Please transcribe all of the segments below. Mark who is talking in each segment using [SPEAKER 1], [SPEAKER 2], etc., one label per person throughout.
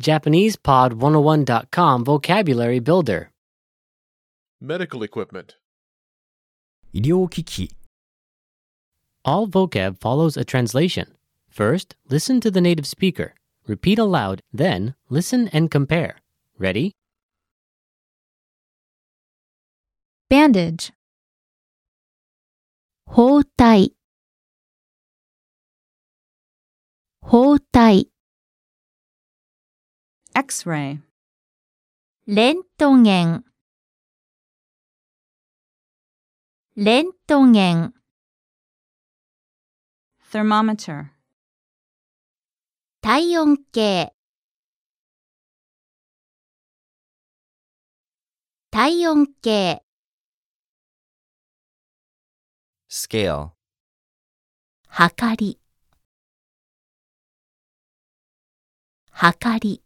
[SPEAKER 1] JapanesePod101.com Vocabulary Builder.
[SPEAKER 2] Medical equipment.
[SPEAKER 3] 医療機器、
[SPEAKER 1] All vocab follows a translation. First, listen to the native speaker. Repeat aloud, then, listen and compare. Ready?
[SPEAKER 4] bandage 包帯包帯
[SPEAKER 5] X-ray,
[SPEAKER 4] レントゲンレントゲン
[SPEAKER 5] thermometer,
[SPEAKER 4] 体温計体温計
[SPEAKER 6] scale,
[SPEAKER 4] はかりはかり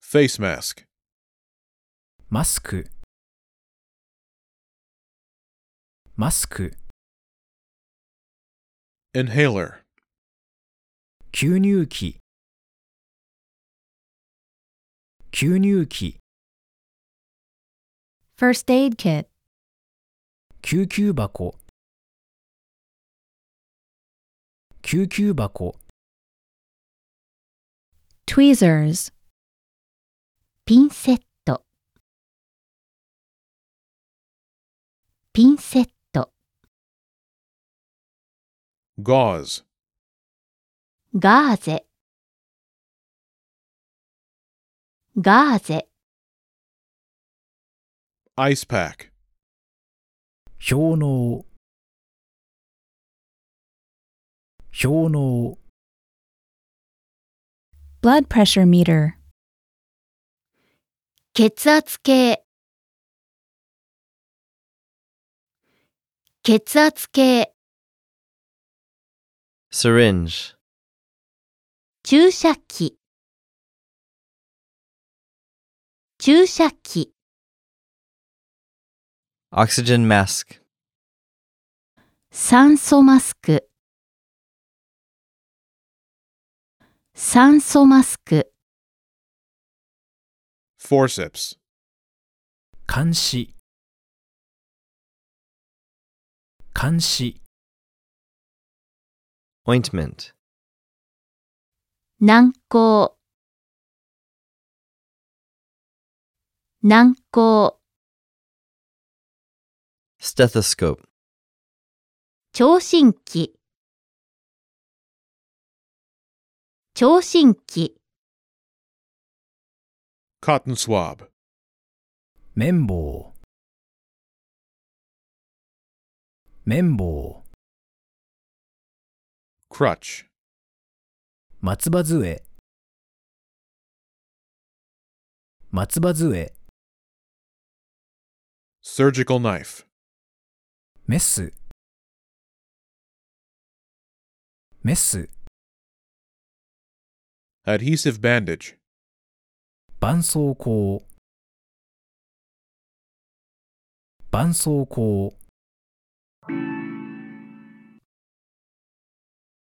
[SPEAKER 2] Face mask.
[SPEAKER 3] マスク、マスク、
[SPEAKER 2] Inhaler.
[SPEAKER 3] 吸入器、吸入器、
[SPEAKER 4] First aid kit
[SPEAKER 3] 救急箱、救急箱、
[SPEAKER 4] tweezers ピンセットピンセット
[SPEAKER 2] Gauze.
[SPEAKER 4] ガーゼガーゼ
[SPEAKER 2] Ice pack.
[SPEAKER 3] 氷の氷の
[SPEAKER 5] blood pressure meter,
[SPEAKER 4] 血圧計血圧計
[SPEAKER 6] syringe,
[SPEAKER 4] 注射器注射器
[SPEAKER 6] oxygen mask,
[SPEAKER 4] 酸素マスク酸素マスク
[SPEAKER 2] Forceps.
[SPEAKER 3] 監視監視
[SPEAKER 6] ointment,
[SPEAKER 4] 軟膏軟膏
[SPEAKER 6] stethoscope,
[SPEAKER 4] 聴診器聴診器
[SPEAKER 2] Cotton swab.
[SPEAKER 3] 綿棒綿棒
[SPEAKER 2] Crutch.
[SPEAKER 3] 松葉杖松葉杖
[SPEAKER 2] Surgical knife.
[SPEAKER 3] メスメス
[SPEAKER 2] Adhesive bandage.
[SPEAKER 3] 絆創膏絆創膏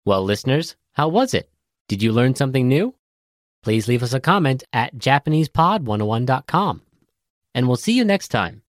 [SPEAKER 1] Well, listeners, how was it? Did you learn something new? oh Please leave us a comment at JapanesePod101.com. And we'll see you next time.